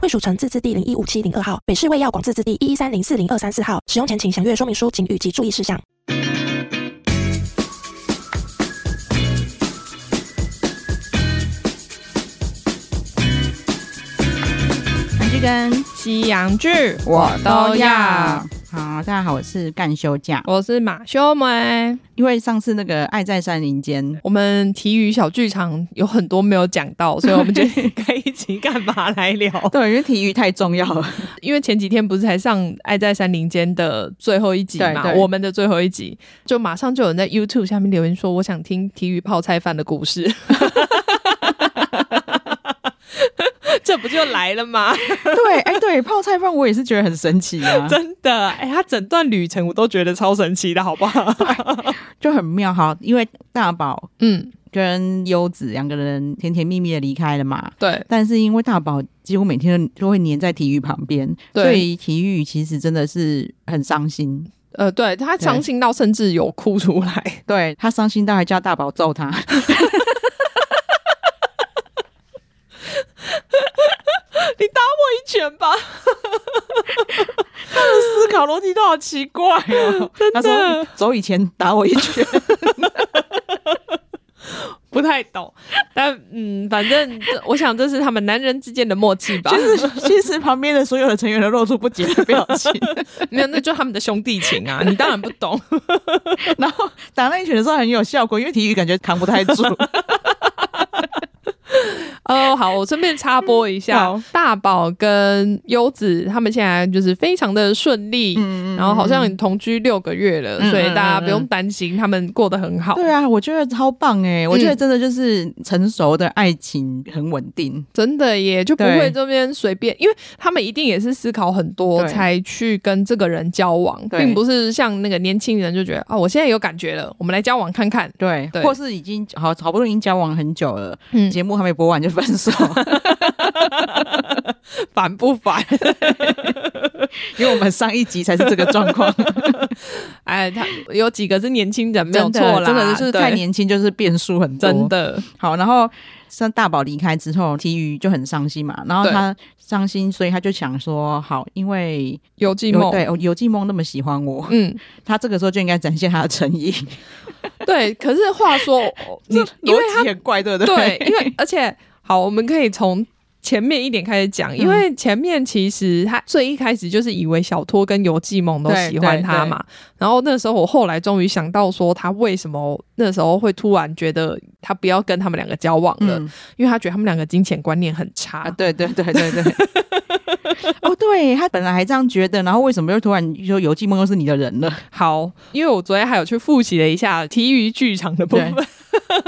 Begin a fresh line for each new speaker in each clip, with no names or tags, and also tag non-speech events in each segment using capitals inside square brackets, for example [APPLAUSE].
惠蜀城自治地零一五七零二号，北市卫药广自治地一一三零四零二三四号。使用前请详阅说明书、警语及注意事项。
韩剧跟
西洋剧
我
都要。
好，大家好，我是干休假。
我是马修梅。
因为上次那个《爱在山林间》，
我们体育小剧场有很多没有讲到，所以我们决定 [LAUGHS] 该一起干嘛来聊。
[LAUGHS] 对，因为体育太重要了。
因为前几天不是才上《爱在山林间》的最后一集嘛，
对对
我们的最后一集，就马上就有人在 YouTube 下面留言说，我想听体育泡菜饭的故事。 [LAUGHS] 这不就来了吗？ [LAUGHS]
对，哎、对，泡菜饭我也是觉得很神奇 [LAUGHS] 啊，
真的，哎、他整段旅程我都觉得超神奇的，好不好？
就很妙。好，因为大宝
嗯，
跟优子两个人甜甜蜜蜜的离开了嘛，
对，
但是因为大宝几乎每天都会黏在体育旁边，
对
所以体育其实真的是很伤心。
呃，对他伤心到甚至有哭出来，
对他伤心到还叫大宝揍 [LAUGHS] 他，
你打我一拳吧！
思考逻辑都好奇怪哦。他说走以前打我一拳，
不太懂，但嗯，反正这我想这是他们男人之间的默契吧。
就是 [LAUGHS] 其实旁边的所有的成员都露出不解的表 [LAUGHS] 情。
没有，那就他们的兄弟情
[LAUGHS]
啊！你当然不懂，
然后打那一拳的时候很有效果，因为体育感觉扛不太住。
哦，好，我顺便插播一下
嗯好，
大宝跟优子他们现在就是非常的顺利，然后好像也同居六个月了，
嗯
所以大家
嗯嗯
不用担心，他们过得很好，
[LAUGHS] 对啊，我觉得超棒哎、我觉得真的就是成熟的爱情很稳定。
真的耶，就不
对
会这边随便，因为他们一定也是思考很多
对
才去跟这个人交往，
对
并不是像那个年轻人就觉得啊、我现在有感觉了，我们来交往看
[LAUGHS]
看，
对，
对
或是已经好好不容易已经交往很久了，
嗯，
节目还没播完就分 [LAUGHS] 手，
烦不烦？
因为我们上一集才是这个状 [LAUGHS] 况，
哎，他有几个是年轻人，没有
真的
错啦，
真的就是
对
太，年轻，就是变数很多。
真的，
好，然后像大宝离开之后，体育就很伤心嘛，然后
对
他伤心，所以他就想说，好，因为
游记
有
梦，
对游记梦那么喜欢我，
嗯，
他这个时候就应该展现他的诚意。
对。可是话
[LAUGHS]
说，你因为
逻辑很怪，对不 [LAUGHS]
对，因为而且好，我们可以从。前面一点开始讲，因
嗯
为前面其实他最一开始就是以为小托跟游记梦都
对
喜欢
对
他
对
嘛，然后那时候我后来终于想到说他为什么那时候会突然觉得他不要跟他们两个交往了，
嗯
因为他觉得他们两个金钱观念很差，
啊，对对对对
[LAUGHS]
对。哦，对他本来还这样觉得，然后为什么又突然说游记梦又是你的人了？
好，因为我昨天还有去复习了一下体育剧场的部分， [LAUGHS]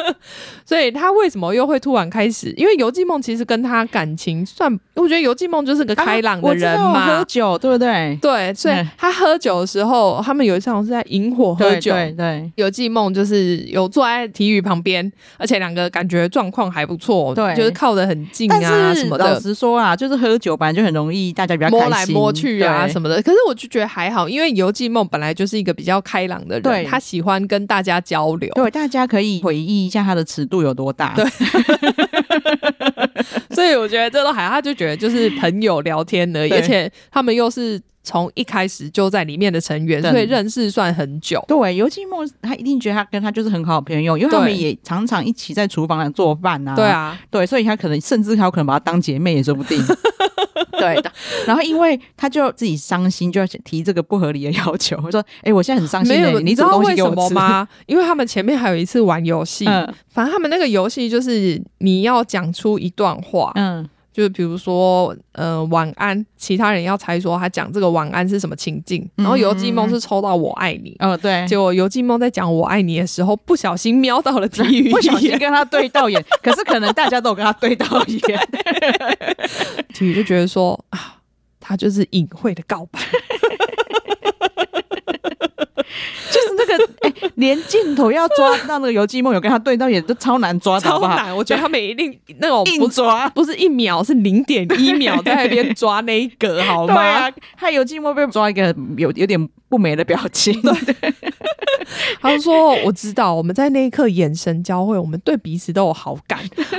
所以他为什么又会突然开始？因为游记梦其实跟他感情算，我觉得游记梦就是个开朗的人
啊我知道
嘛。
喝酒对不对？
对，所以
嗯
他喝酒的时候，他们有一场是在萤火喝
对
酒。
对对
游记梦就是有坐在体育旁边，而且两个感觉状况还不错，
对
就是靠得很近啊
但
什
是
么
老
的，
实说啊，就是喝酒本来就很容易大家比较
摸
开
来
心
摸去啊
对
什么的。可是我就觉得还好，因为游记梦本来就是一个比较开朗的人，
对
他喜欢跟大家交
[LAUGHS]
流，
对，大家可以回忆一下它的尺度有多大。
对所以我觉得这都还好，他就觉得就是朋友聊天而已，
对
而且他们又是从一开始就在里面的成员，
真的
所以认识算很久。
对，尤其梦，他一定觉得他跟他就是很好的朋友，因为他们
对
也常常一起在厨房来做饭啊。
对啊，
对，所以他可能甚至还有可能把她当姐妹也说不
[LAUGHS]
定。对的，然后因为他就自己伤心，就要提这个不合理的要求，说：“哎、我现在很伤心、
没
欸，
有，
你
知
煮
道
东
为
西给
什
我
么
吃？
吗？ [LAUGHS] 因为他们前面还有一次玩游
[LAUGHS]
戏，
嗯
反正他们那个游戏就是你要讲出一段话，
嗯，
就是比如说，呃，晚安，其他人要猜说他讲这个晚安是什么情境，
嗯
然后游记梦是抽到我爱你，
哦，对，
结果游记梦在讲我爱你的时候，不小心瞄到了体育，
[LAUGHS] 不小心跟他对到眼，可是可能大家都有跟他对到
[LAUGHS]
眼，
体育就觉得说啊，他就是隐晦的告白，
就是那个哎、连镜头要抓到那个游记梦有跟他对到眼都超难抓 [LAUGHS] 的，好
超
不好？
难，我觉得他们一定那种不
硬
是
抓。
不是一秒，是零点一
[LAUGHS]
秒在那边抓那一格，好
对
吗
啊？，他游记梦被抓一个有有点不美的表情， [LAUGHS] 对，
他就说：“我知道，我们在那一刻眼神交汇，我们对彼此都有好
[LAUGHS]
感，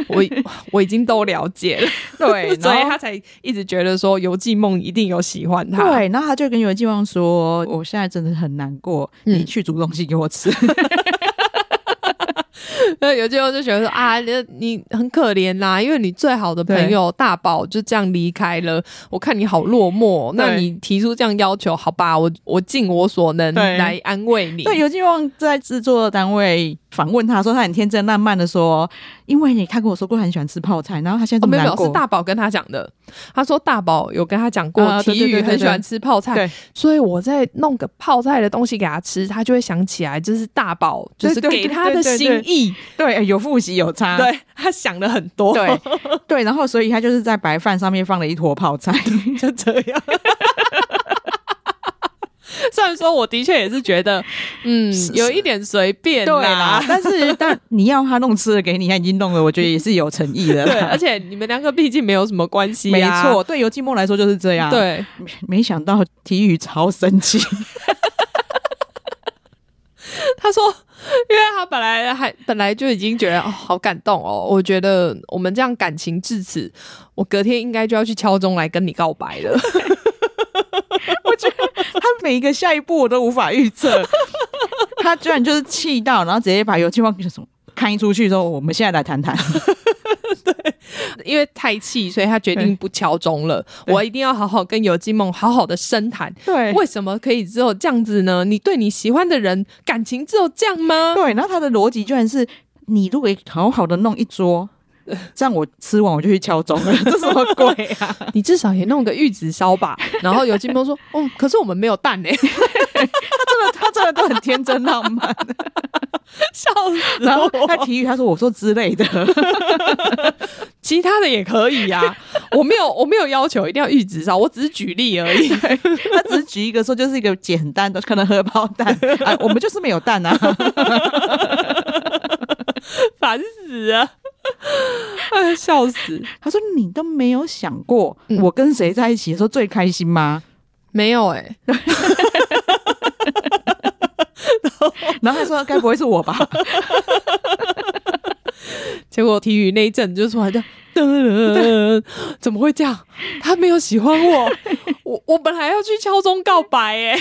我我已经都了解了，
对
所以
然后
他才一直觉得说游记梦一定有喜欢他。
对，然后他就跟游记梦说：“我现在真的很难过，
嗯
你去煮东西给我吃。
那游记梦就觉得说啊，你你很可怜啦，因为你最好的朋友大宝就这样离开了，我看你好落寞。那
对
你提出这样要求，好吧，我我尽我所能
对
来安慰你。
[LAUGHS] [LAUGHS] 对，游记梦在制作单位访问他说，他很天真烂漫的说：“因为你他跟我说过他很喜欢吃泡菜，然后他现在
哦，
这么
没有没
难
有，
过。
是大宝跟他讲的。他说大宝有跟他讲过，
啊对
体
对
育
对对
很喜欢
对
吃泡菜，
对
所以我在弄个泡菜的东西给他吃，他就会想起来，这是大宝就是
对对
给
对
他的
对对
心意。啊
对，哎有复习有差。
对他想了很多，
[LAUGHS] 对对，然后所以他就是在白饭上面放了一坨泡 [LAUGHS] 菜。
[LAUGHS] 就这样。 [LAUGHS] 虽然说我的确也是觉得，嗯，有一点随便
对啦，但是但你要他弄吃的给你，他已经弄了，我觉得也是有诚 [LAUGHS] 意的啦。
[LAUGHS] 对，而且你们两个毕竟没有什么关系、
没
啊，
错，对游记梦来说就是这样。，
对。
没想到体育超生 [LAUGHS] 气。
他说，因为他本来还本来就已经觉得哦，好感动哦，我觉得我们这样感情至此，我隔天应该就要去敲钟来跟你告白了。
他每一个下一步我都无法预 [LAUGHS] 测，他居然就是气到，然后直接把游戏放什么开出去之后，我们现在来谈谈。
因为太气，所以他决定不敲钟了。
对
我一定要好好跟游记梦好好的深谈。
[LAUGHS] 对
为什么可以只有这样子呢？你对你喜欢的人感情只有这样吗？
对，然后他的逻辑居然是，你如果好好的弄一桌。这样我吃完我就去敲钟 [LAUGHS] 了，这什么鬼啊？
你至少也弄个玉子烧 [LAUGHS] 吧。然后游记梦说：“哦，可是我们没有蛋哎、
真的， [LAUGHS] 他真的都很天真浪漫。
[LAUGHS] 笑
[LAUGHS]
死
然 [LAUGHS] 后
我！
他提议，他说：“我说之类的。
其他的也可以啊，我没有我没有要求一定要玉子烧，我只是举例而已。”
他只是举一个说，就是一个简单的，可能荷包 [LAUGHS] 蛋啊，我们就是没有蛋啊。
烦死了，
[LAUGHS]
哎，笑死！
他说：“你都没有想过，我跟谁在一起的时候最开心吗？” [LAUGHS]
没有哎、
然后他说：“该不会是我吧？” [LAUGHS]
结果体育那一阵就出来就 [LAUGHS] 噔，怎么会这样？他没有喜欢 [LAUGHS] 我，我我本来要去敲钟告白哎、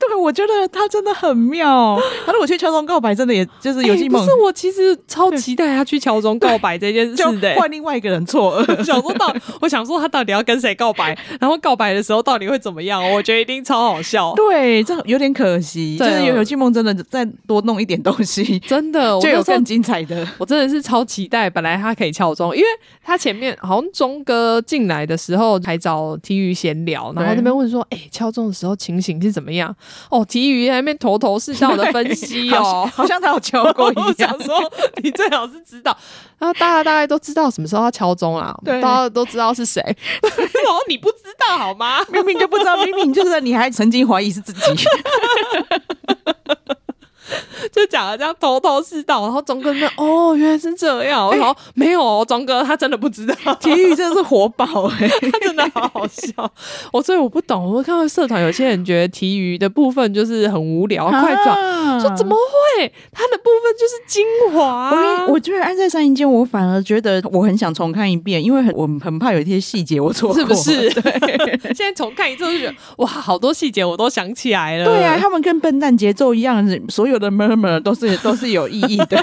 对，我觉得他真的很妙。他如果去敲钟告白，真的也就是游戏
哎不
梦，
是我，其实超期待他去敲钟告白这件
就
[LAUGHS] 事的、欸。
换另外一个人错愕。
想说到，我想说他到底要跟谁告白，然后告白的时候到底会怎么样？我觉得一定超好 [LAUGHS] 笑，
[LAUGHS] 对，这有点可惜。就
对
是
哦
有游戏梦真的再多弄一点东西，
真的。
[LAUGHS]
我
就
那
有
时候
更精彩的。
我真的是超期待，本来他可以敲钟，因为他前面好像钟哥进来的时候还找体育闲聊，然后那边问说：“哎、敲钟的时候情形是怎么样？”哦，体育在那边头头是道的分析
好
[LAUGHS] 哦
像。好像他有敲过
我
一
想
样。
说，你最好是知道，然后大家大概都知道什么时候要敲钟 [LAUGHS] 啦，大
对
家都知道是 [LAUGHS] 谁。然哦后你不知道好吗？
明明就不知道，明明就是你还曾经怀疑是自己，
就讲的这样头头是道，然后钟哥那哦，原来是这样，然后 [LAUGHS] 没有哦，钟哥他真的不知道，
[LAUGHS] 体育真的是活宝 [LAUGHS] 哎、
他 [LAUGHS] 真的好好笑。我哦所以我不懂，我看到社团有些人觉得体育的部分就是很无聊，快转。
哦转
说怎么？会？他的部分就是精华、
我
啊
跟你我觉得《安在山阴间》，我反而觉得我很想重看一遍，因为很我很怕有一些细节我错过，
[LAUGHS] 是
[LAUGHS]
不是？ [LAUGHS] 现在重看一次就觉得哇，好多细节我都想起来了。
啊对啊，他们跟笨蛋节奏一样，所有的 murder murmur 都是都是有意义
[LAUGHS]
的。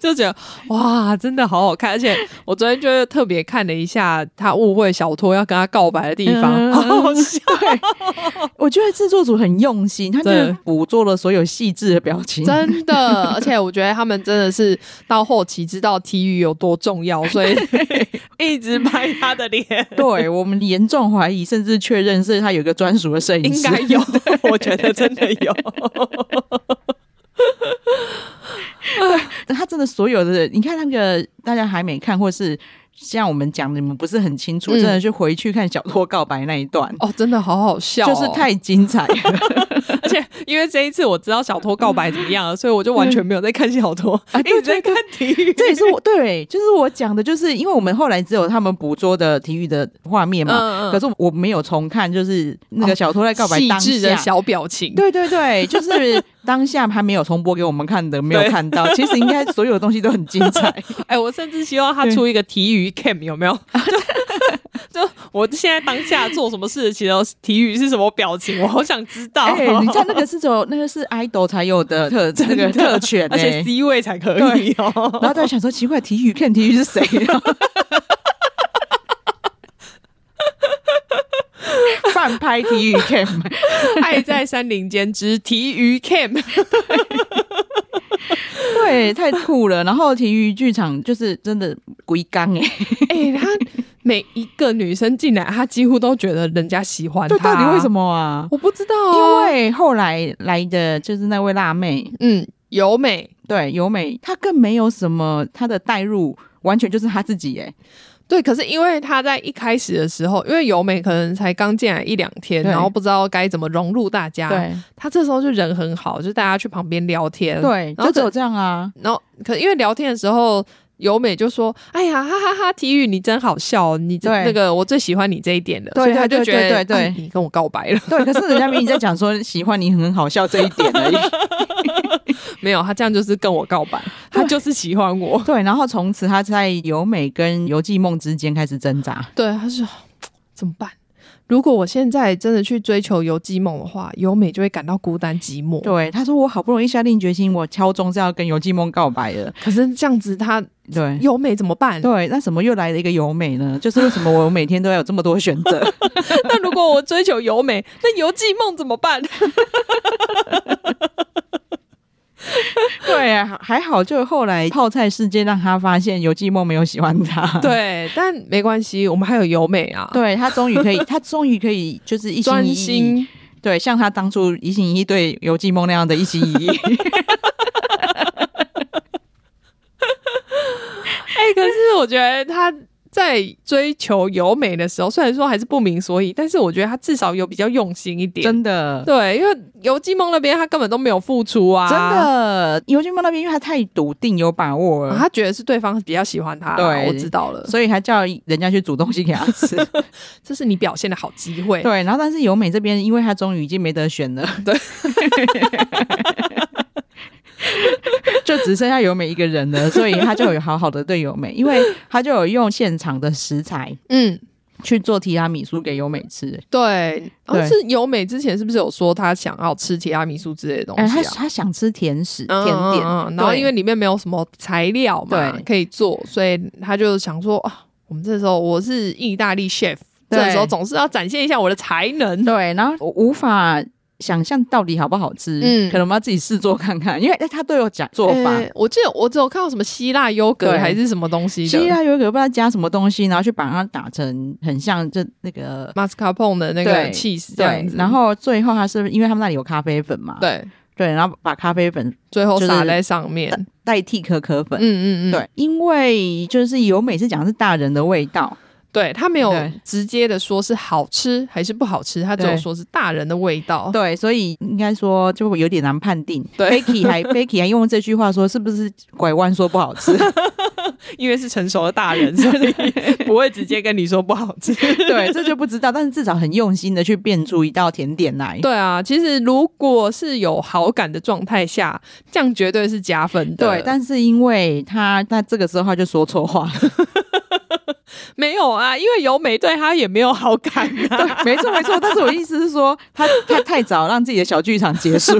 就觉得哇，真的好好看，而且我昨天就是特别看了一下他误会小托要跟他告白的地方，
嗯
好好笑。
我觉得制作组很用心，他真的
对
捕捉了所有细致的表情。
真 [LAUGHS] 的，而且我觉得他们真的是到后期知道体育有多重要，所以 [LAUGHS] 一直拍他的脸。
[LAUGHS] 对我们严重怀疑，甚至确认是他有一个专属的摄影师。
应该
[LAUGHS]
有，我觉得真的有。
他真的所有的，你看那个大家还没看，或是像我们讲的，你们不是很清楚，
嗯
真的去回去看小托告白那一段，
[LAUGHS] 哦，真的好好笑、
就是，太精彩 [LAUGHS] 了。
[LAUGHS] 而且因为这一次我知道小托告白怎么样了，所以我就完全没有在看小托，一直在看体育。 [LAUGHS]
这也是我对，就是我讲的，就是因为我们后来只有他们捕捉的体育的画面嘛，
嗯嗯
可是我没有重看，就是那个小托在告白
细
当
致
下。
的小表情，
对对对，就是当下还没有重播给我们看的，没有
对
看到。其实应该所有东西都很精 [LAUGHS] 彩。
哎、我甚至希望他出一个体育 cam 有没有？ [LAUGHS] 就就我现在当下做什么事情，然后体育是什么表情，我好想知道。
哎、你
[LAUGHS]
知道那个是只有那个是 idol 才有的特那个特权、欸，
而且 C 位才可以哦。
然后在想说，奇怪，体育看体育是 [LAUGHS] 谁、饭拍体育 [LAUGHS] cam，
[LAUGHS] 爱在山林间之体育
[LAUGHS]
cam，
对，太酷了。然后体育剧场就是真的龟缸哎，
哎、他每一个女生进来，他几乎都觉得人家喜欢他。
对，到底为什？么啊？
我不知道、
因
啊，
为后来来的就是那位辣妹，
嗯，由美
对由美，她更没有什么她的代入，完全就是她自己哎、
对，可是因为他在一开始的时候，因为由美可能才刚进来一两天，
对
然后不知道该怎么融入大家，他这时候就人很好，就大家去旁边聊天，
对，
然后
就只有
可
这样啊。 [LAUGHS]
然后可因为聊天的时候。由美就说：“哎呀，哈哈哈体育你真好笑哦，你这
对
那个我最喜欢你这一点了。”
对
所以他
对
就觉
对
得
对对
哎你跟我告白了。
对，可是人家明明在讲说喜欢你很好笑这一点而
[LAUGHS]
已。
没有，他这样就是跟我告白，他就是喜欢我。
对，然后从此他在由美跟游记梦之间开始挣扎。
[LAUGHS] 对，他说怎么办？如果我现在真的去追求游记梦的话，由美就会感到孤单寂寞。
对，他说我好不容易下定决心，我敲钟是要跟游记梦告白了。
可是这样子，他
对。
由美怎么办？
对，那怎么又来了一个由美呢？就是为什么我每天都要有这么多选择？
[LAUGHS]
[LAUGHS]
那如果我追求由美， [LAUGHS] 那游记梦怎么办？
对啊，还好就后来泡菜事件让他发现游记梦没有喜欢他。
[LAUGHS] 对，但没关系，我们还有由美啊。
对他终于
[LAUGHS]
可以，他终于可以就是一心
专
一意，
心，
对，像他当初一心一意对游记梦那样的一心一意。
[LAUGHS] 哎、可是我觉得他在追求由美的时候，虽然说还是不明所以，但是我觉得他至少有比较用心一点。
真的，
对，因为游记梦那边他根本都没有付出啊，
真的，游记梦那边因为他太笃定有把握了，
啊他觉得是对方比较喜欢他啊。
对
我知道了，
所以还叫人家去煮东西给他
[LAUGHS]
吃。
这是你表现的好机会。
对，然后但是由美这边，因为她终于已经没得选了，对， [LAUGHS] 就只剩下由美一个人了，所以她就有好好的对由美，因为她就有用现场的食材
嗯，
去做提拉米苏给由美吃。
对。然
对
后是由美之前是不是有说她想要吃提拉米苏之类的东西、啊？
哎她她想吃甜食
嗯
甜点，
嗯嗯然后
对
因为里面没有什么材料嘛
对，
可以做，所以他就想说啊，我们这时候我是意大利 chef，这时候总是要展现一下我的才能。
对，然后我无法。想象到底好不好吃，
嗯呃
可能我们要自己试做看看，因为她都有讲做法，
诶哎我记得我只有看到什么希腊优格
对
还是什么东西
其实
的
它有一个不知道加什么东西，然后去把它打成很像这那个
m a s c a p o n 的那个
对
cheese 这样
对，
子，
然后最后它是因为他们那里有咖啡粉嘛，
对，
对，然后把咖啡粉
最后
就是
撒在上面。
代代替可可粉。
嗯嗯嗯，
对，因为就是由美是讲的是大人的味道，
对，他没有
对
直接的说是好吃还是不好吃，他只有
对
说是大人的味道。
对，所以应该说就有点难判定。
对
Becky
[LAUGHS]
还 Becky 还用这句话说是不是拐弯说不好吃？
因为是成熟的大人，所以 [LAUGHS] 不会直接跟你说不好吃。
对，这就不知道，但是至少很用心的去变出一道甜点来。
对啊，其实如果是有好感的状态下，这样绝对是加分的。 [LAUGHS]
对，但是因为他那这个时候他就说错话了，
没有啊，因为由美对他也没有好感 [LAUGHS] 啊。
没错没错，但是我意思是说，他他太早让自己的小剧场结
[LAUGHS]
束，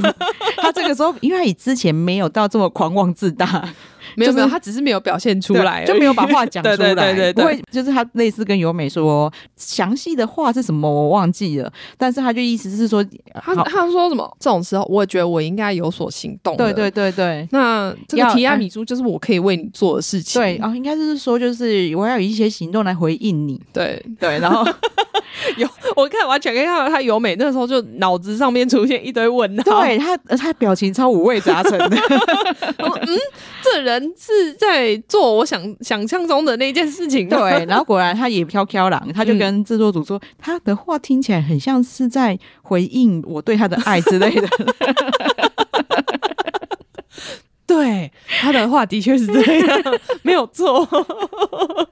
他这个时候，因为他以之前没有到这么狂妄自大，
没有没有，
就是
他只是没有表现出
对
来而已，
就没有把话讲出来，
[LAUGHS] 对对对对
不
对
会，就是他类似跟由美说，详细的话是什么我忘记了，但是他就意思是说，
他
好
他说什么？这种时候，我也觉得我应该有所行动。哎
对对，对对。
那这个
要
提亚米珠就是我可以为你做的事情。
对啊、应该就是说，就是我要有一些行动来回应你。
对，
对，然后
有 [LAUGHS] 我看完全可以看到他由美那时候就脑子上面出现一堆问
[LAUGHS]
号。
对他，他表情超五味杂陈的。
这人是在做我想想象中的那件事 [LAUGHS] 情吗。
对，然后果然他也飘飘狼，他就跟制作组说，他的话听起来很像是在回应我对他的爱之类的。
[LAUGHS] 对，他的话的确是这样，没有错。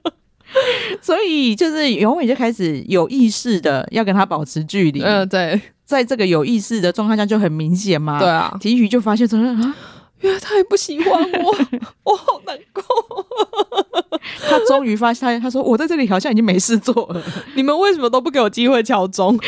[LAUGHS] 所以就是永伟就开始有意识的要跟他保持距离。
嗯，对，
在这个有意识的状况下就很明显嘛。
对啊
体育就发现说啊，
原来他也不喜欢 [LAUGHS] 我，我好难过。
他终于发现，他说我在这里好像已经没事做了。
[LAUGHS] 你们为什么都不给我机会敲钟？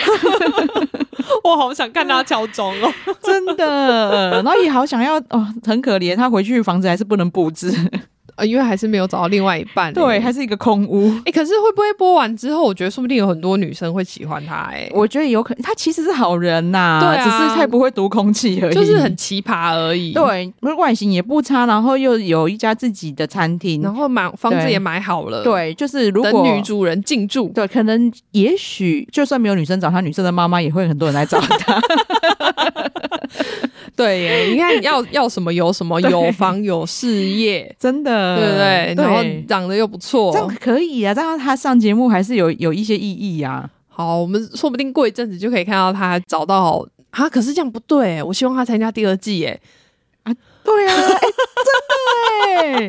我好想看他敲钟哦。
[LAUGHS] 真的，然后也好想要哦，很可怜，他回去房子还是不能布置，
[LAUGHS] 呃，因为还是没有找到另外一半、
[LAUGHS] 对，还
是
是一个空屋。
哎、可是会不会播完之后，我觉得说不定有很多女生会喜欢他、欸，
我觉得有可能，他其实是好人呐、
对啊
只是太不会读空气而已，
就是很奇葩而已。，
对，外形也不差，然后又有一家自己的餐厅
然，后买房子
对
也买好了，，
对，就是如
等
果
女主人进驻，
对，可能也许就算没有女生找他，女生的妈妈也会很多人来找 [LAUGHS] 他。
对耶，你
[LAUGHS]
看要要什么有什么，有房有事业，
真
对
的，
不对？然后
嗯对
长得又不错
这，样可以啊，这样他上节目还是有有一些意义啊。
好，我们说不定过一阵子就可以看到他找到啊，可是这样不对耶，我希望他参加第二季，哎，
对啊，哎、真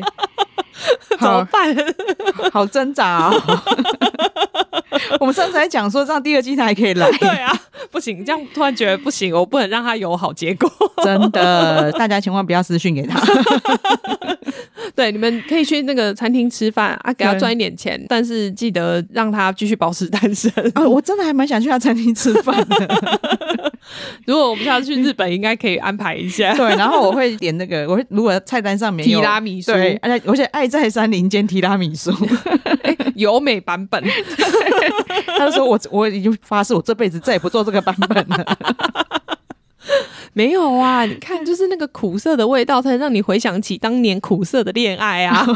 的哎，
怎
[LAUGHS]
么
好
办？ [LAUGHS]
好挣扎 [LAUGHS] 哦。我们上次还讲说，让第二季他还可以来，
对啊，不行，这样突然觉得不行，我不能让他有好结果。 [LAUGHS]
真的，大家千万不要私讯给 [LAUGHS] 他。
对，你们可以去那个餐厅吃饭啊，给他
对
赚一点钱，但是记得让他继续保持单身。 [LAUGHS]
啊，我真的还蛮想去他餐厅吃饭的。
如果我们下次去日本，应该可以安排一
[LAUGHS]
下。[LAUGHS]
对，然后我会点那个，我会如果菜单上面有
提拉米苏
对，而且而且爱在山林间提拉米 [LAUGHS] 苏，
有美版本，
他就说我我已经发誓，我这辈子再也不做这个版本 [LAUGHS] 了。
没有啊？你 [LAUGHS] 看，就是那个苦涩的味道，才能让你回想起当年苦涩的恋爱啊。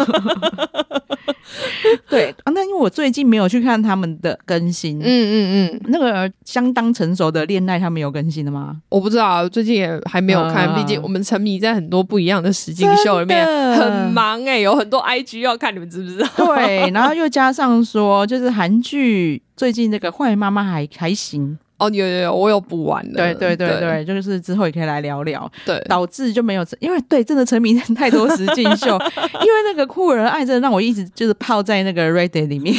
对啊，那因为我最近没有去看他们的更新，
[LAUGHS] 嗯嗯嗯，
那个相当成熟的恋爱，他们有更新的吗？
我不知道，最近也还没有看，
嗯
毕竟我们沉迷在很多不一样的实境秀里面，
真的
很忙哎、有很多 IG 要看，你们知不知
[LAUGHS]
[LAUGHS] 道？
对，然后又加上说，就是韩剧最近那个《坏妈妈还》还行，
哦，有有有，我有补完的。
对对嗯对
对
对，就是之后也可以来聊聊，
对
导致就没有，因为对真的沉迷太多实境秀， [LAUGHS] 因为那个酷儿爱真的让我一直就是泡在那个 Reddit 里面，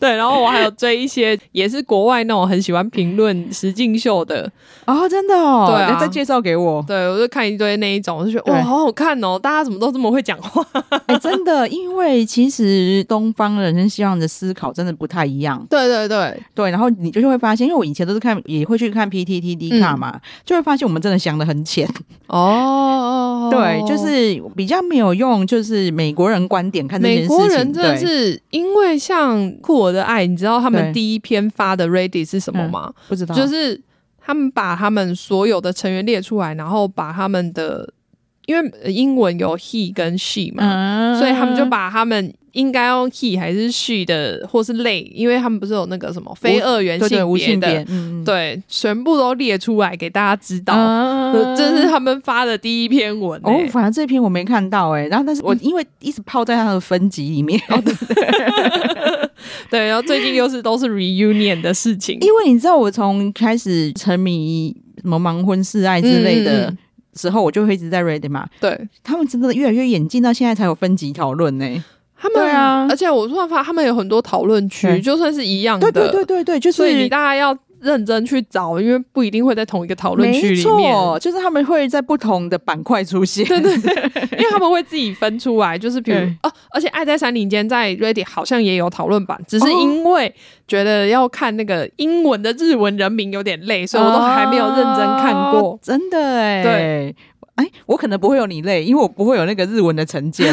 对，然后我还有追一些也是国外那种很喜欢评论实境秀的，
[LAUGHS] 哦，真的哦，
对啊
再介绍给我，
对我就看一堆那一种，我就觉得
对
哇，好好看哦，大家怎么都这么会讲话？
哎、真的，因为其实东方人跟西方人的思考真的不太一样，
对对对，
对，然后你就会发现，因为我以前都是看，也会去看 PTT D 卡嘛，就会发现我们真的想的很浅，
哦，
对，就是比较没有用，就是美国人观点看这件
美
事情，
国人真的
对
是因为像酷我的爱，你知道他们
对
第一篇发的 Ready 是什么吗？
不知道，
就是他们把他们所有的成员列出来，然后把他们的。因为呃英文有 he 跟 she 嘛，
嗯
所以他们就把他们应该用 he 还是 she 的，或是类，因为他们不是有那个什么非二元
对对无
别
性
的
别，，嗯，嗯
对，全部都列出来给大家知道。
嗯
这是他们发的第一篇文、
哦
欸，
反正这篇我没看到哎、然后但是我因为一直泡在他的分级里面，
哦对，然后最近又是都是 reunion 的事情，
[LAUGHS] 因为你知道我从开始沉迷什么盲婚试爱之类
嗯嗯
的
嗯
时候，我就会一直在 Reddit 嘛，
对
他们真的越来越演进到现在才有分级讨论呢、
他们，
对啊
而且我突然发现他们有很多讨论区，
对
就算是一样的，
对对对对对，就
所以你
是
大家要认真去找，因为不一定会在同一个讨论区
没
里面。
错，就是他们会在不同的板块出现。对对
因为他们会自己分出来，就是比如
对
哦，而且《爱在山林间》在 Ready 好像也有讨论版，只是
哦
因为觉得要看那个英文的日文人名有点累，所以我都还没有认真看过
哦。真的哎、
对。
哎，我可能不会有你累，因为我不会有那个日文的成
[LAUGHS]
见。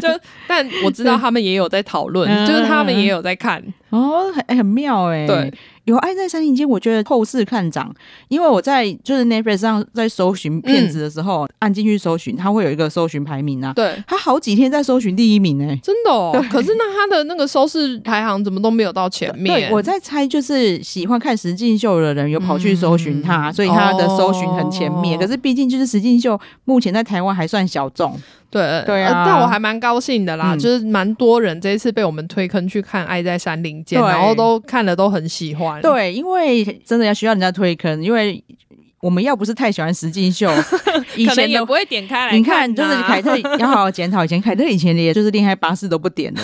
就但我知道他们也有在讨论
[LAUGHS] 嗯，
就是他们也有在看。
哦，很、哎很妙哎、
对，
有《爱在山林间》，我觉得后市看涨，因为我在就是 Netflix 上在搜寻片子的时候，
嗯
按进去搜寻，它会有一个搜寻排名啊，
对，
它好几天在搜寻第一名哎、
真的哦。可是那他的那个收视排行怎么都没有到前面？
对，我在猜，就是喜欢看实境秀的人有跑去搜寻它，所以它的搜寻很前面。
嗯哦
可是毕竟就是实境秀，目前在台湾还算小众。
对
对
呃
啊
但我还蛮高兴的啦，
嗯
就是蛮多人这一次被我们推坑去看《爱在山林间》，
对
然后都看了都很喜欢。
对，因为真的要需要人家推坑，因为我们要不是太喜欢实境
[LAUGHS]
秀，以
可能
前
也
的。
不会点开来、，
你看，就是凯特
啊 [LAUGHS]
要好好检讨。以前凯特以前也就是恋爱巴士都不点的，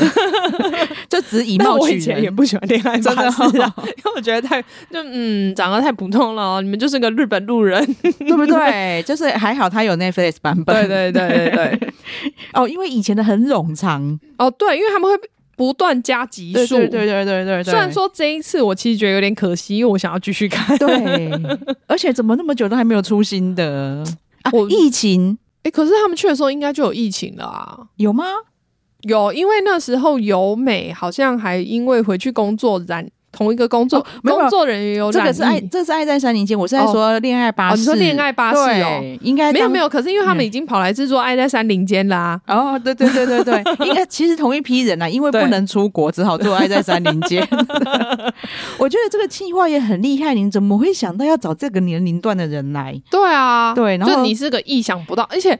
就只以
但
貌
我
取
以前也 [LAUGHS]
人。
不喜欢恋爱
[LAUGHS] 真的
巴士
哦
啊，因为我觉得太就嗯长得太普通了哦，你们就是个日本
[LAUGHS]
路人。
对不对？ [LAUGHS] 就是还好他有 Netflix 版本。
对对对对对，
哦，因为以前的很冗长，
[LAUGHS] 哦对，因为他们会不断加级
对
数。
对对对对对。对
虽然 [LAUGHS] 说这一次我其实觉得有点可惜，因为我想要继续看。
对，而且怎么那么久都还没有出新的啊
我？
疫情
哎，可是他们去的时候应该就有疫情了啊。
有吗？
有，因为那时候由美好像还因为回去工作染同一个工作、
哦没有
工作人员有
这
染
个
疫。
是爱，这是爱在山林间。我是在说恋爱巴士，
哦你说恋爱巴士哦
对，应该
没有
当
没。有，可是因为他们
嗯
已经跑来制作《爱在山林间》啦、
哦，对对对对
[LAUGHS]
对，应该其实同一批人啊，因为不
对
能出国，只好做爱在山林间。 [LAUGHS] 我觉得这个计划也很厉害，您怎么会想到要找这个年龄段的人来？
对啊，
对然后
就你是个意想不到，而且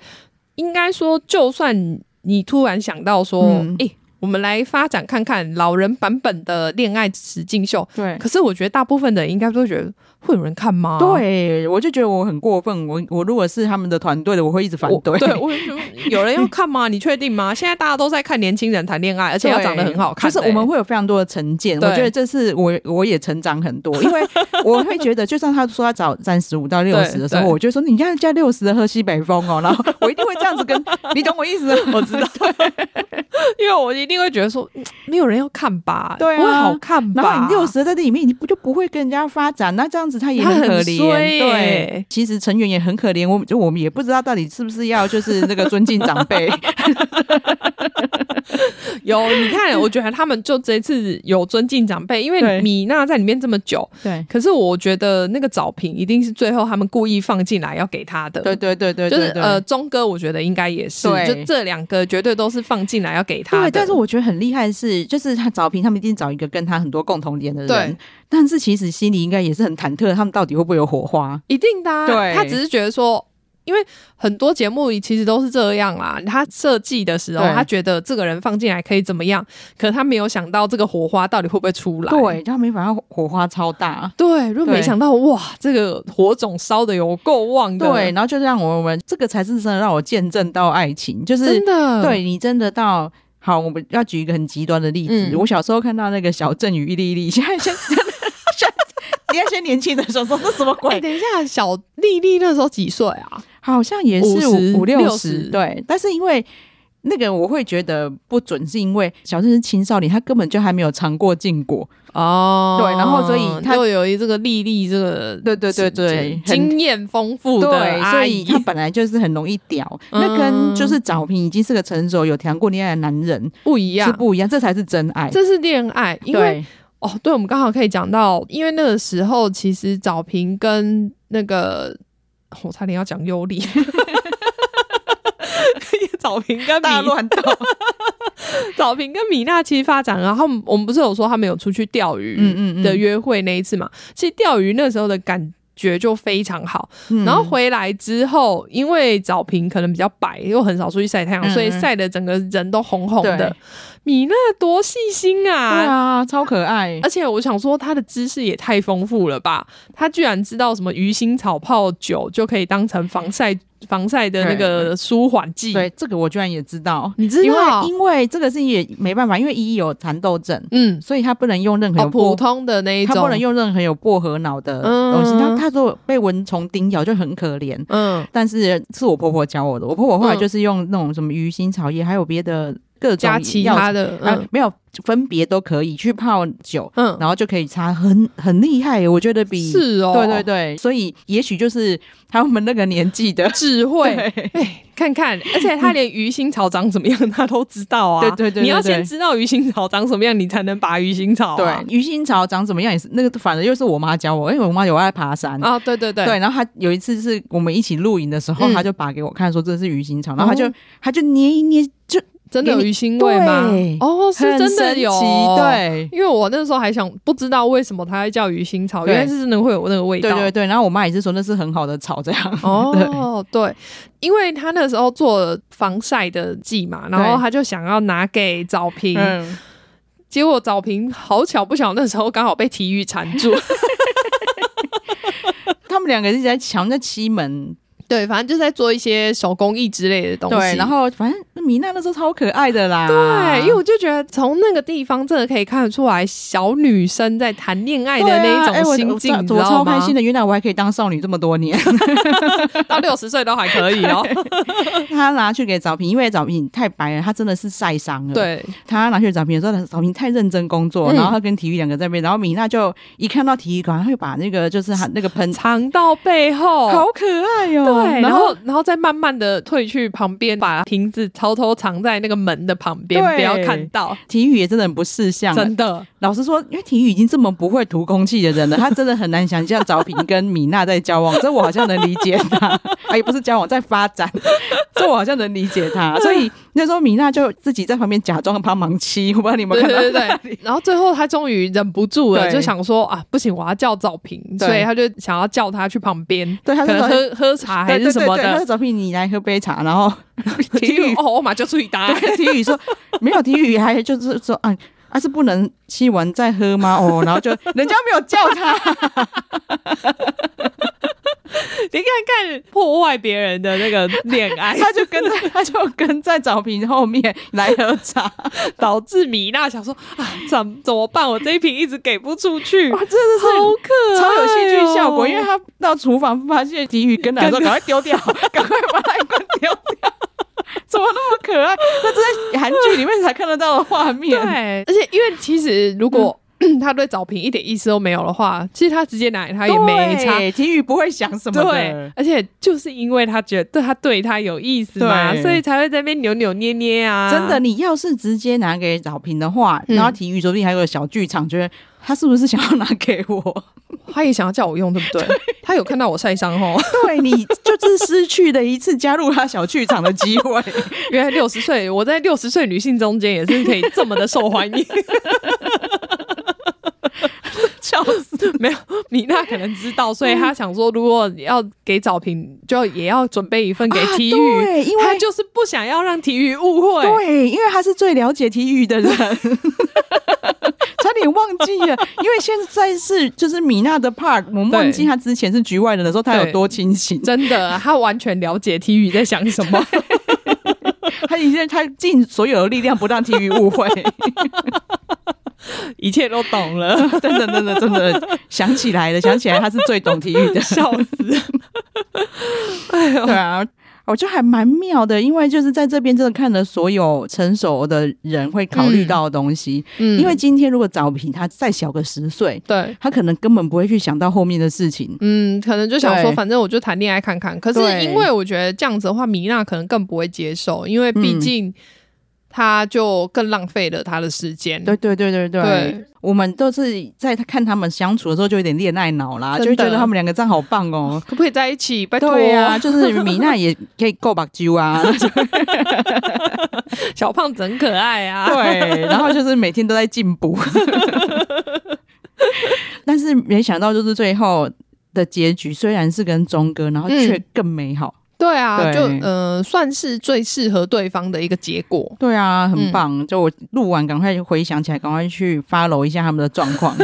应该说，就算你突然想到说，诶，
嗯
我们来发展看看老人版本的恋爱实境秀，
对
可是我觉得大部分的人应该都会觉得会有人看吗？。
对，我就觉得我很过分。我我如果是他们的团队的，我会一直反
我
对。
对，我就说有人要看吗？你确定吗？现在大家都在看年轻人谈恋爱，而且要长得很好看、欸
就是我们会有非常多的成见，我
对
觉得这是我我也成长很
[LAUGHS]
多，因为我会觉得，就算他说他找三十五到六十的时候，
对
我就说你看人家六十的喝西北风哦，然后我一定会这样子跟 [LAUGHS] 你懂我意思吗？我知 [LAUGHS] 道。
欸，因为我一定会觉得说，嗯没有人要看吧，
对啊
不会好看吧？
然后你六十在这里面，你不就不会跟人家发展？那这样子他也
他很
可怜，
衰耶
对。其实成员也很可怜，我们就我们也不知道到底是不是要就是那个尊敬长 [LAUGHS] 辈，
[LAUGHS] 有，你看，我觉得他们就这次有尊敬长辈，因
对
为米娜在里面这么久，
对
可是我觉得那个早评一定是最后他们故意放进来要给他的，
对对对对，
就是
对对
呃，钟哥我觉得应该也是，
对
就这两个绝对都是放进来要给他的，
对，但是我觉得很厉害的是，就是他找平他们一定找一个跟他很多共同点的人
对，
但是其实心里应该也是很忐忑，他们到底会不会有火花？
一定的、啊，
对
他只是觉得说。因为很多节目其实都是这样啦，他设计的时候，
对
他觉得这个人放进来可以怎么样，可他没有想到这个火花到底会不会出来。
对，他没法，火花超大。
对，如果没
对
想到哇，这个火种烧的有够旺的，
对，然后就让我们这个才是真的让我见证到爱情，就是
真的，
对你真的到。好，我们要举一个很极端的例子。
嗯
我小时候看到那个小镇与一粒一粒，现在 [LAUGHS] 现在现在，人家先年轻的时候说这什么
哎、
鬼？
等一下，小丽丽那时候几岁啊？
好像也是
50
五六十，
60
对。但是因为那个我会觉得不准，是因为小郑是青少年，他根本就还没有尝过禁果。
哦
对然后所以她
又有一这个丽丽这个
对对对对，很
经验丰富的
对，所
阿
以
姨，
他本来就是很容易屌。那跟就是早平已经是个成熟有谈过恋爱的男人
不一
是
样，
不一样，这才是真爱。
这是恋爱，因为
对
哦，对，我们刚好可以讲到，因为那个时候其实早平跟那个，我差点要讲优里。 [LAUGHS] 早平跟
大
米
乱斗，
早平跟米娜其实发展，然后我们不是有说他们有出去钓鱼，
嗯嗯嗯
的约会那一次嘛，其实钓鱼那时候的感觉就非常好。
[LAUGHS] 嗯
然后回来之后，因为早平可能比较白，又很少出去晒太阳，
嗯
所以晒的整个人都红红的
对。
米娜多细心
对
啊！
啊，超可爱
而。且我想说，他的知识也太丰富了吧？他居然知道什么鱼腥草泡酒就可以当成防晒防晒的那个舒缓剂。
对，这个我居然也知道，
你知
因为
道
因为这个事情也没办法，因为依依有蚕豆症，
嗯，
所以他不能用任何
哦，
有薄
普通的那一
他
种，
不能用任何有薄荷脑的东西。
嗯
他他如果被蚊虫叮咬就很可怜。
嗯，
但是是我婆婆教我的，我婆婆后来
嗯
就是用那种什么鱼腥草叶，还有别的各种
加其
药
他的，
啊
嗯，
没有分别都可以去泡酒，
嗯，
然后就可以擦，很很厉害耶，我觉得比
是哦，。
对对对，所以也许就是他们那个年纪的
智慧，
[LAUGHS]
哎，看 [LAUGHS] 看，而且他连鱼腥草长什么样，他都知道啊。
对对对对
你要
对
先知道鱼腥草长什么样，你才能拔鱼腥草
对
啊。，
鱼腥草长怎么样也是那个，反正又是我妈教我，因为我妈有爱爬山。
啊，对对对，
对，然后她有一次是我们一起露营的时候，
嗯哦
她就拔给我看，说这是鱼腥草，然后她就她就捏一捏，就
真的有鱼腥味吗
对？
哦，是
很
真的
神
有
奇，对。
因为我那时候还想不知道为什么它会叫鱼腥草，
对
原来是真的会有那个味道。
对对对，然后我妈也是说那是很好的草，这样。 [LAUGHS]
哦，对，因为他那时候做防晒的剂嘛，然后他就想要拿给早平，
嗯，
结果早平好巧不巧，那时候刚好被体育缠住， [LAUGHS]
他们两个一直在抢在西门，
对，反正就在做一些手工艺之类的东西。
对，然后反正米娜那时候超可爱的啦，
对，因为我就觉得从那个地方真的可以看得出来，小女生在谈恋爱的那一种心境，哎你知
啊哎我
道
超开
吗？
心的。原来我还可以当少女这么多年。
[LAUGHS]
[LAUGHS]
到六十岁都还可以哦。
她拿去给早平，因为早平太白了，她真的是晒伤了。，
[LAUGHS] 对，
她拿去给早平的时候，早平太认真工作，
嗯
然后她跟体育两个在那边，然后米娜就一看到体育馆，她会把那个就是她那个喷，
藏到背后，
[LAUGHS] 好可爱哦、
对，然
然
后然后再慢慢的退去旁边，把瓶子偷偷藏在那个门的旁边，
对
不要看到。
体育也真的很不识相啊。
真的，
老实说，因为体育已经这么不会涂空气的人 [LAUGHS] 了，她真的很难想象早平跟米娜在交往。这我好像能理解她， [LAUGHS] 哎，不是交往，在发展。 [LAUGHS] 这我好像能理解 [LAUGHS] 她。所以那时候米娜就自己在旁边假装帮忙漆，我不知道你们
对
看到
对对对。然后最后他终于忍不住了，
对
就想说啊，不行，我要叫早平，
对
所以他就想要叫他去旁边，
对他
可
就
能
说
喝喝茶还是什么
对对对他说
的。
早平，你来喝杯茶。然 [LAUGHS] 后体
结
育
果哦，我马上就出去答。
[LAUGHS] 对体育说没有，体育还就是说啊。啊，是不能吸完再喝吗？哦，然后就人家没有叫他，
你看看破坏别人的那个恋
[LAUGHS]
爱，
他就跟在，他就跟在早平后面来喝茶。
导致米娜想说啊，怎怎么办？我这一瓶一直给不出去，
啊哇，真的是
好可爱、哦
超有戏剧效果，因为。他到厨房发现体育跟来说，赶快丢掉， [LAUGHS] 赶快把那一罐丢掉。怎么那么可爱？那是在韩剧里面才看得到的画面。哎
对， [LAUGHS] 嗯而且因为其实如果、 [CLEARS THROAT] 他对早评一点意思都没有的话，其实他直接拿给他
对，
也没差。
体育不会想什么
对
的，。
而且就是因为他觉得对他对他有意思嘛，
对
所以才会在那边扭扭捏捏啊。
真的，，你要是直接拿给老平的话，
嗯
然后体育说不定还有个小剧场，觉得他是不是想要拿给 [LAUGHS] 我？
他也想要叫我用，对不 [LAUGHS] 对？他有看到我晒伤哦，
对，你就是失去了一次加入他小剧场的机 [LAUGHS] 会。
原来六十岁，我在六十岁女性中间也是可以这么的受欢迎。笑死！没有，米娜可能知道，所以她想说，如果要给早评，就也要准备一份给体育，
啊对因为
她就是不想要让体育误会。
对，因为他是最了解体育 [LAUGHS] 的人，差点忘记了。因为现在是就是米娜的 part，我们忘记
对
他之前是局外人的时候，他有
对
多清醒。
真的，她完全了解体育在想什
[LAUGHS]
么。
他已经他尽所有的力量不让体育误 [LAUGHS] 会，
一切都懂了，
[LAUGHS] 真的真的真的想起来了，想起来他是最懂体育的。
笑死！
[LAUGHS] 对啊。我觉得还蛮妙的，因为就是在这边真的看了所有成熟的人会考虑到的东西。
嗯
因为今天如果早平他再小个十岁，
对，
他可能根本不会去想到后面的事情。
嗯，可能就想说，
对
反正我就谈恋爱看看。可是
对
因为我觉得这样子的话，米娜可能更不会接受，因为毕
嗯
竟她就更浪费了她的时间。
对对对嗯对对，
对
我们都是在看他们相处的时候就有点恋爱脑啦，
真的
就会觉得他们两个这样好棒哦。
可不可以在一起？拜托，
对啊呀、就是米娜也可以够把揪啊，
小胖子很可爱 [LAUGHS] 啊。
对，然后就是每天都在进步， [LAUGHS] 但
嗯
是没想到就是最后的结局虽然是跟钟哥，然后却更美好。
对
对
啊，就呃，算是最适合对方的一个结果。
对啊，很棒！
嗯
就我录完，赶快回想起来，赶快去 follow 一下他们的状况。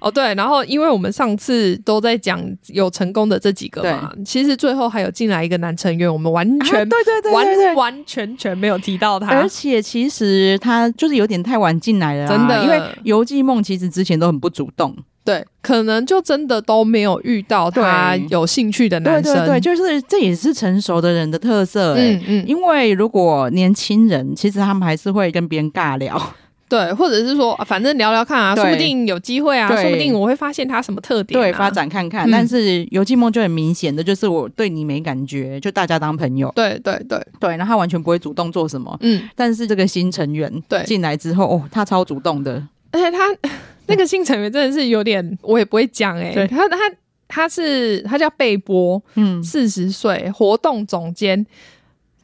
哦，对，然后因为我们上次都在讲有成功的这几个嘛，其实最后还有进来一个男成员，我们完 [LAUGHS] 全、
啊 [LAUGHS] 对对对对对
完完全全没有提到他
而。且其实他就是有点太晚进来了啦，啊
真的
因为游记梦其实之前都很不主动。
对，可能就真的都没有遇到他
对
有兴趣的
对
男生。
对对，就是这也是成熟的人的特色、欸。
嗯嗯，
因为如果年轻人，其实他们还是会跟别人尬聊，
对，或者是说，啊反正聊聊看啊，
对
说不定有机会啊，
对
说不定我会发现他什么特点、啊，
对，发。展看看。
嗯
但是游记梦就很明显的，就是我对你没感觉，就大家当朋友。
对对对，
对，然后他完全不会主动做什么。
嗯，
但是这个新成员
对
进来之后，哦，他超主动的，
而且他 [LAUGHS] 那个新成员真的是有点，我也不会讲哎、
对
他他他是他叫贝波，
[LAUGHS] 嗯，
四十岁，活动总监，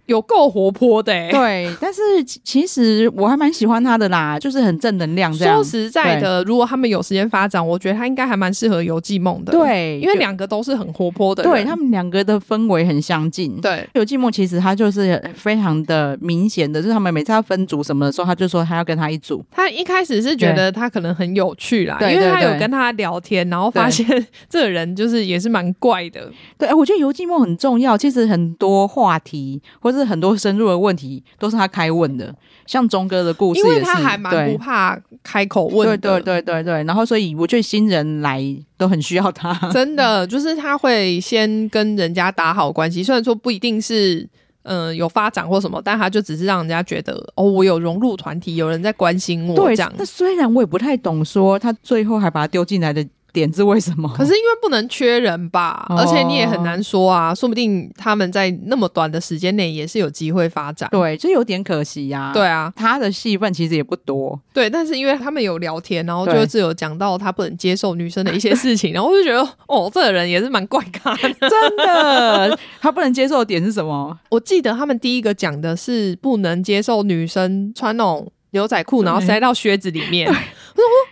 有够活泼的哎、
对，但是其其实我还蛮喜欢他的啦，就是很正能量这样
说。实在的，如果他们有时间发展，我觉得他应该还蛮适合游记梦的。，
对，
因为
就
两个都是很活泼的人。
对他们两个的氛围很相近。，
对
有寂寞其实他就是非常的明显的，就是他们每次要分组什么的时候，他就说他要跟他一组。
他一开始是觉得他可能很有趣啦，
对
因为他
对对
有跟他聊天，然后发现 [LAUGHS] 这个人就是也是蛮怪的。
对，哎我觉得游寂寞很重要。其实很多话题或是很多深入的问题都是他开问的，像钟哥的故事
因
也是，
为他还蛮
对
不怕开口问
对
的，
对对对对，然后所以我觉得新人来都很需要他。 [LAUGHS]
真的就是他会先跟人家打好关系，虽然说不一定是。嗯，有发展或什么，但他就只是让人家觉得哦，我有融入团体，有人在关心我
对，
这样。
那虽然我也不太懂，说他最后还把他丢进来的点是为什么？
可是因为不能缺人吧，
哦
而且你也很难说啊，说不定他们在那么短的时间内也是有机会发展。
对，就有点可惜呀、
对，啊，
他的戏份其实也不多。
对，但是因为他们有聊天，然后就
对
是有讲到他不能接受女生的一些事 [LAUGHS] 情，然后我就觉得哦，这个人也是蛮怪咖的。 [LAUGHS]
真的，他不能接受的点是什么？
我记得他们第一个讲的是不能接受女生穿那种牛仔裤，然后塞到靴子里面。 [LAUGHS] 我说哦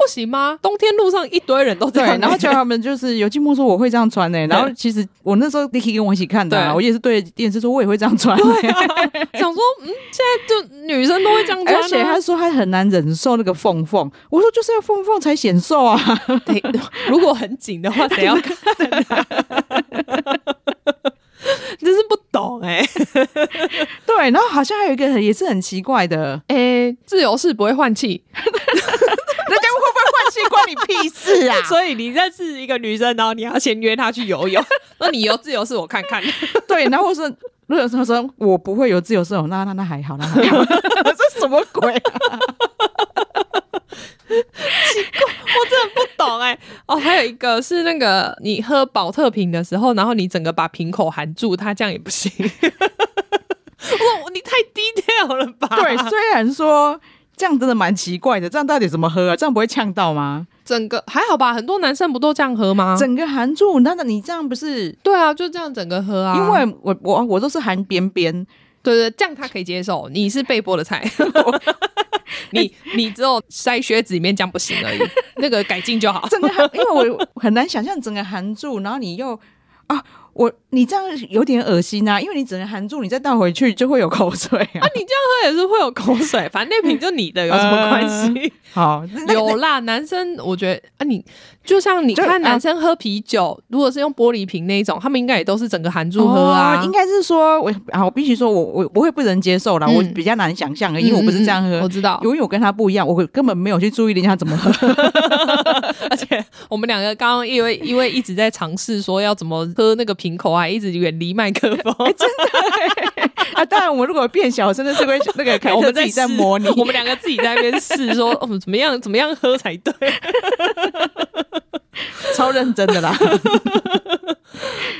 不行吗？冬天路上一堆人都这
对
样欸、，
然后就他们就是有寂寞说我会这样穿呢、然后其实我那时候 Dicky 跟我一起看的啊、
对
我也是对电视说我也会这样穿、欸，
想说，嗯，现在就女生都会这样穿、啊，
而且他说他很难忍受那个缝缝，我说就是要缝缝才显瘦啊，
对，如果很紧的话，谁要 [LAUGHS] 看、啊？ [LAUGHS] 真是不懂哎、欸、
对，然后好像还有一个很也是很奇怪的，
哎、自由式不会换
[LAUGHS]
气，
人家会不会换气关你屁事啊？
[LAUGHS] 所以你认识一个女生，然后你要先约她去
[LAUGHS]
游泳，那你游自由式 [LAUGHS] 我看看。
对，然后我说，如果他说我不会有自由射手，那那那还好，那还好，这什么鬼、啊？
我真的不懂哎、哦，还有一个是那个你喝保特瓶的时候，然后你整个把瓶口含住，它这样也不行。 [LAUGHS] 哇，你太 detail 了吧？
对，虽然说这样真的蛮奇怪的，这样到底怎么喝啊？这样不会呛到吗？
整个还好吧，很多男生不都这样喝吗？
整个含住，那那你这样不是？
对啊，就这样整个喝啊。
因为我我我都是含边边，
对对，这样他可以接受。你是被剥的 [LAUGHS] 菜，你你只有筛靴子里面这样不行 [LAUGHS] 而已，那个改进就好。
整个含，因为我很难想象整个含住，然后你又啊，我你这样有点恶心啊，因为你整个含住，你再倒回去就会有口水啊。
[LAUGHS] 你这样喝也是会有口水，反正那瓶就你的，有什么关系？
好，那
[LAUGHS]
那
呃有啦，男生我觉得啊你，就像你
就
看
啊
男生喝啤酒，如果是用玻璃瓶那一种，他们应该也都是整个含住喝啊，
哦应该是说我啊，我必须说我我我会不能接受啦，
嗯
我比较难想象啊而已，因为我不是这样
嗯嗯嗯我
喝。
知道
因，为我跟他不一样，我根本没有去注意人家怎么喝。
而且我们两个刚刚因为因为一直在尝试说要怎么喝那个瓶口啊，一直远离麦克 [LAUGHS] 风，哎
啊，当然，我如果变小，真的是会
[LAUGHS]
那个凯
我
特
们
自己在
试
模拟。
我们两个自己在那边试说，哦，怎么样怎么样喝才
[LAUGHS]
对。
超认真的啦。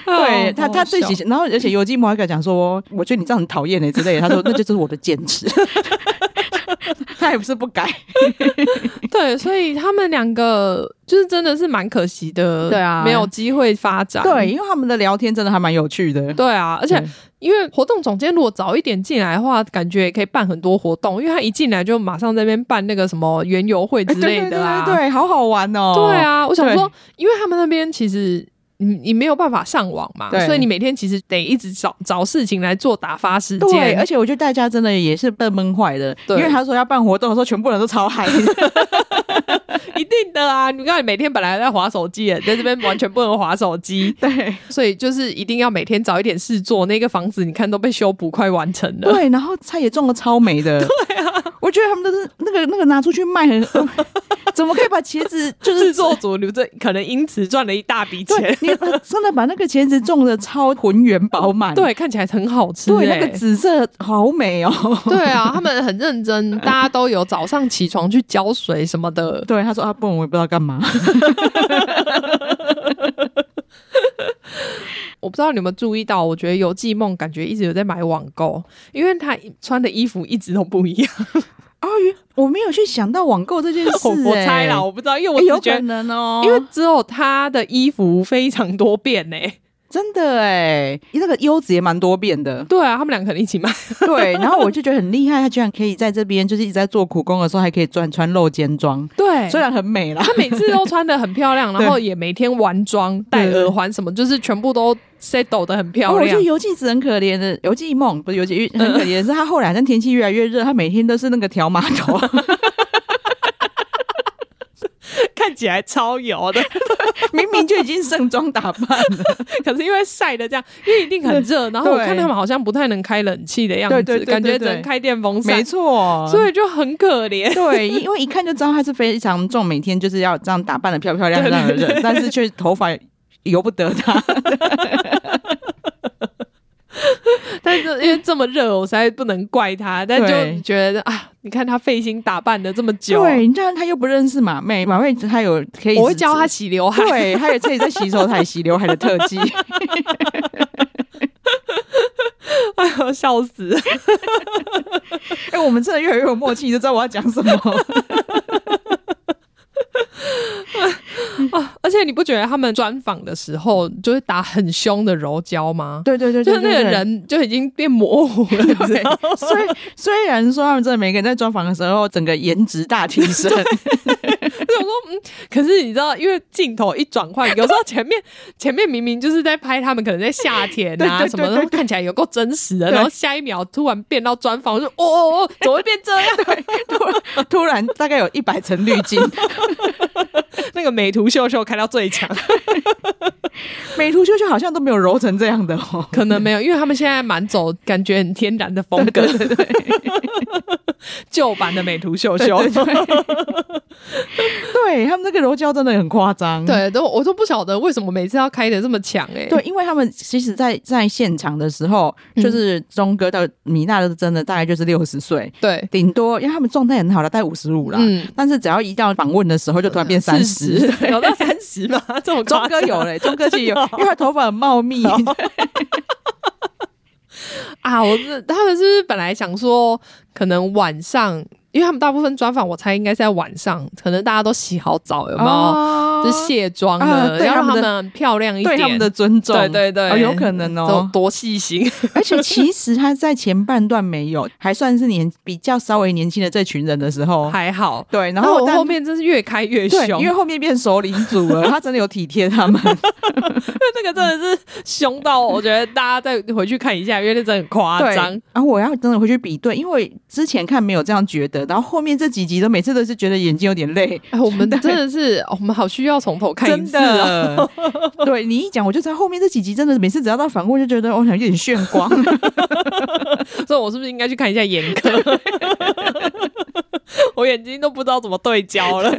对他，他自己，然后而且游记摩还敢讲说，我觉得你这样很讨厌欸呢之类的。他说那就是我的坚持， [LAUGHS] 他也不是不改。
对，所以他们两个就是真的是蛮可惜的，
对啊
没有机会发展，
对，因为他们的聊天真的还蛮有趣的。
对啊，而且
对
因为活动总监如果早一点进来的话，感觉也可以办很多活动，因为他一进来就马上在那边办那个什么园
哎
游会之类的啊。
对对对对，好好玩哦。
对啊，我想
对
说，因为他们那边其实。你你没有办法上网嘛，
对
所以你每天其实得一直找找事情来做打发时
对，而
间。啊
且我觉得大家真的也是被闷坏的，因
对
为他说要办活动的时候，全部人都超 [LAUGHS] 嗨的。，
[LAUGHS] 一定的啊！你看，每天本来在划手机，在这边完全不能划手 [LAUGHS] 机
对
所以就是一定要每天找一点事做。那个房子你看都被修补快完成了，
对，然后菜也种的超美的。对啊，我觉得他们都是那个那个拿出去卖很， [LAUGHS] 怎么可以把茄子就是
制作组留着可能因此赚了一大
[LAUGHS]
笔
对啊
钱。
你真的把那个茄子种的超浑圆饱满。
对，看起来很好吃、
对，那
欸
个
[LAUGHS]
紫色好美哦。
对啊，他们很认真，大家都有早上起床去浇水什么的。
[LAUGHS] 对，他说啊，不然我也不知道干嘛。
我不知道你有没有注意到，我觉得游记梦感觉一直有在买网购，因为他穿的衣服一直都不一样。
哦，原我没有去想到网购这件事、 [LAUGHS]
我 [LAUGHS] 我
哎
猜啦，我不知道，因为我
哎有
只觉
可
得，
能哦，
因为只有他的衣服非常多变呢、欸。
[LAUGHS] 真的哎，那个优质也蛮多变 [LAUGHS] 的
对啊，他们俩可能一起买。
对，然后我就觉得很厉害，他居然可以在这边就是一直在做苦工的时候，还可以穿穿露肩装，
对
虽然很美啦。
他每次都穿的很漂
[LAUGHS]
亮，然后也每天玩妆、戴耳环什么，就是全部都 set 的很漂
哦我觉
亮
得。 [LAUGHS] 游记子很可怜的，游记梦不是游记，很可怜的是他后来，但天气越来越热，他每天都是那个条码头， [LAUGHS]
看起来超油的，
明明就已经盛装打扮 [LAUGHS] 了，
[LAUGHS] 可是因为晒的这样，因为一定很
[LAUGHS]
热，然后我看他们好像不太能开冷气的样
对对
子，
对对
感觉只
对
能开电风扇
没，错，
所以就很可
[LAUGHS]
怜。
对，因因为一看就知道他是非常重，每天就是要这样打扮的漂漂亮亮的人，但是却头发由不得他。
但是因为这么热，我实在不能怪他，但
对
就觉得啊，你看他费心打扮的这么久，
对，你知道他又不认识马妹，马妹她有可以，
我会教他。洗刘海。
对，他也自己在洗手台洗刘海的特技， [LAUGHS]
哎呦， [LAUGHS] 笑死！
哎、我们真的越来越有默契，你就知道我要讲什么。
而且你不觉得他们专访的时候就是打很凶的柔焦吗？
对对对
就
对
是那个，人就已经变模糊了，你知道吗？
虽虽然说他们真的每个人在专访的时候，整个颜值大提 [LAUGHS] 升，
我想说，嗯， [LAUGHS] 可是你知道，因为镜头一转换，有时候前面前面明明就是在拍他们可能在夏天啊
对对对
什么的，
对
然后看起来有够真实的，
对
然后下一秒突然变到专访，我就哦哦哦，怎么会变这样？
突突然大概有一百层滤 [LAUGHS] 镜，
那个美图秀秀开到最强，
美图秀秀好像都没有揉成这样的哦。
可能没有，因为他们现在蛮走感觉很天然的风格， [LAUGHS] 旧版的美图秀秀。
对他们那个柔焦真的很夸张。
对，都我都不晓得为什么每次要开的这么强哎、欸。
对，因为他们其实在，在现场的时候，
嗯
就是钟哥到米娜都真的大概就是六十岁，
对，
顶多因为他们状态很好了，大概五十五啦。
嗯
但是只要一到访问的时候，就突然变三十。
40有到三十吗？ [LAUGHS] 这
[LAUGHS]
种
钟
夸
哥
张
有嘞、钟哥
[LAUGHS]
其实有，因为他头发很茂密。
啊，我是他们是不是本来想说，可能晚上，因为他们大部分专访，我猜应该是在晚上，可能大家都洗好澡，有没有？
哦
就是卸妆了，
啊对
要让
他们
他
的
们漂亮一点，
对他们的尊重，
对对对
哦有可能
这
哦
种。多细心。
而且其实他在前半段没有，还算是年比较稍微年轻的这群人的时候，
[LAUGHS] 还好。
对，然
然后
后
哦我
但
后面真是越开越
对，
凶，
因为
[LAUGHS] 因为
后面变熟领主了，他真的有体贴他们。
这个真的是凶到，我觉得大家再回去看一下，因为那真的很夸
对，
张
然。后我要真的回去比对，因为之前看没有这样觉得，然后后面这几集都每次都是觉得眼睛有点累，
哎， [LAUGHS] 我们真的是，我们好需要从头看一
[LAUGHS] 真
次啊！
的。对你一讲，我就知道后面这几集真的每次只要到反问就觉得我哦想有点炫光。
[LAUGHS]
[LAUGHS]
所以我是不是应该去看一下眼科？ [LAUGHS] 我眼睛都不知道怎么对焦了。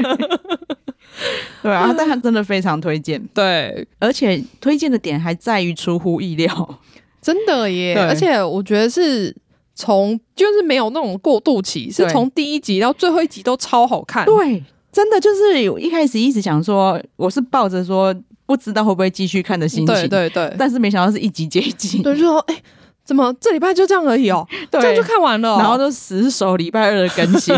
对啊，但他真的非常推荐，
[LAUGHS] 对，
而且推荐的点还在于出乎意料。
真的耶！
对
而且我觉得是从就是没有那种过渡期，是
对
从第一集到最后一集都超好
[LAUGHS]
看。
对，真的就是我一开始一直想说，我是抱着说不知道会不会继续看的心情，
对对对， [LAUGHS]
但是没想到是一集接一集，
对，就说哎、怎么这礼拜就这样而已 [LAUGHS] 哦、
[LAUGHS] 对
这样就看完了哦、
然后都死守礼拜二的更新。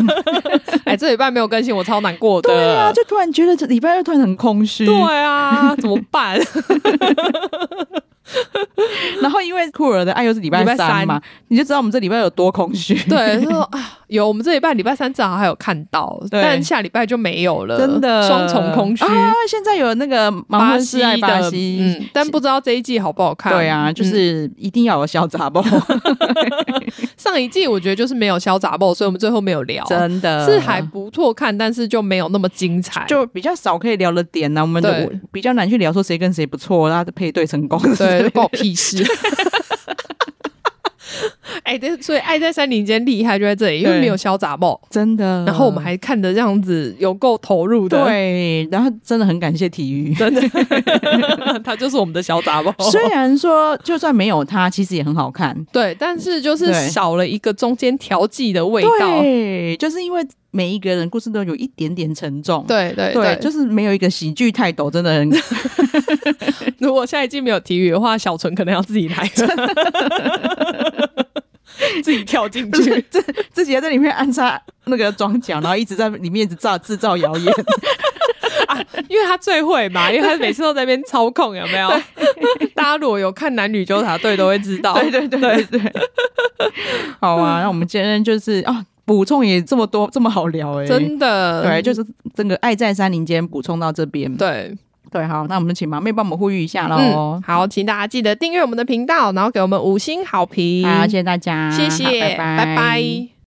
哎、这礼拜没有更新，我超难过的。
对啊，就突然觉得这礼拜二突然很空虚。
对啊，怎么办？
然后因为酷儿的爱又是礼拜
礼拜
哎三嘛，你就知道我们这礼拜有多空虚。
对，就说啊，有，我们这礼拜礼拜三正好还有看到，
对
但下礼拜就没有了，
[LAUGHS] 真的
呃双重空虚。
啊！现在有那个盲
巴
婚
西
示
的
爱巴西，
嗯，但不知道这一季好不好看。
对啊，就
嗯
是一定要有小杂
[LAUGHS]
包，
上一季我觉得就是没有小杂爆，所以我们最后没有聊，
真的
是还不错看，但是就没有那么精彩。
就比较少可以聊的点啊呢、我们的
对
比较难去聊说谁跟谁不错，然后配对成功，
对，关我屁事。哎，对，所以《爱在山林间》厉害就在这里，因为
对
没有小杂爆，
[LAUGHS] 真的。
然后我们还看的这样子有够投入的，
对，然后真的很感谢体育。
真的， [LAUGHS] 他就是我们的小杂包。
[LAUGHS] 虽然说就算没有他，其实也很好看。
对，但是就是
对
少了一个中间调剂的味道。
对，就是因为每一个人故事都有一点点沉重。
对对
对，就是没有一个喜剧泰斗真的很
[LAUGHS]
[LAUGHS]
如果下一季没有体育的话，小纯可能要自己
[LAUGHS]
来了，自己跳进
就
去
是。自自己在里面安插那个装脚，然后一直在里面一直造制造谣言。
[LAUGHS]
[LAUGHS]
因为他最会嘛，因为他每次都在那边操控，有没有？ [LAUGHS] 大家如果有看男女纠察队，都会知道。
对对对对对。好啊，那我们今天就是啊，补充也这么多，这么好聊哎、
真的，
对，就是这个《爱在山林间》补充到这边。
对，
对，好，那我们请麻妹帮我们呼吁一下喽。
嗯，好，请大家记得订阅我们的频道，然后给我们五星好评。
好，谢谢大家，
嗯谢谢，
好拜拜
拜拜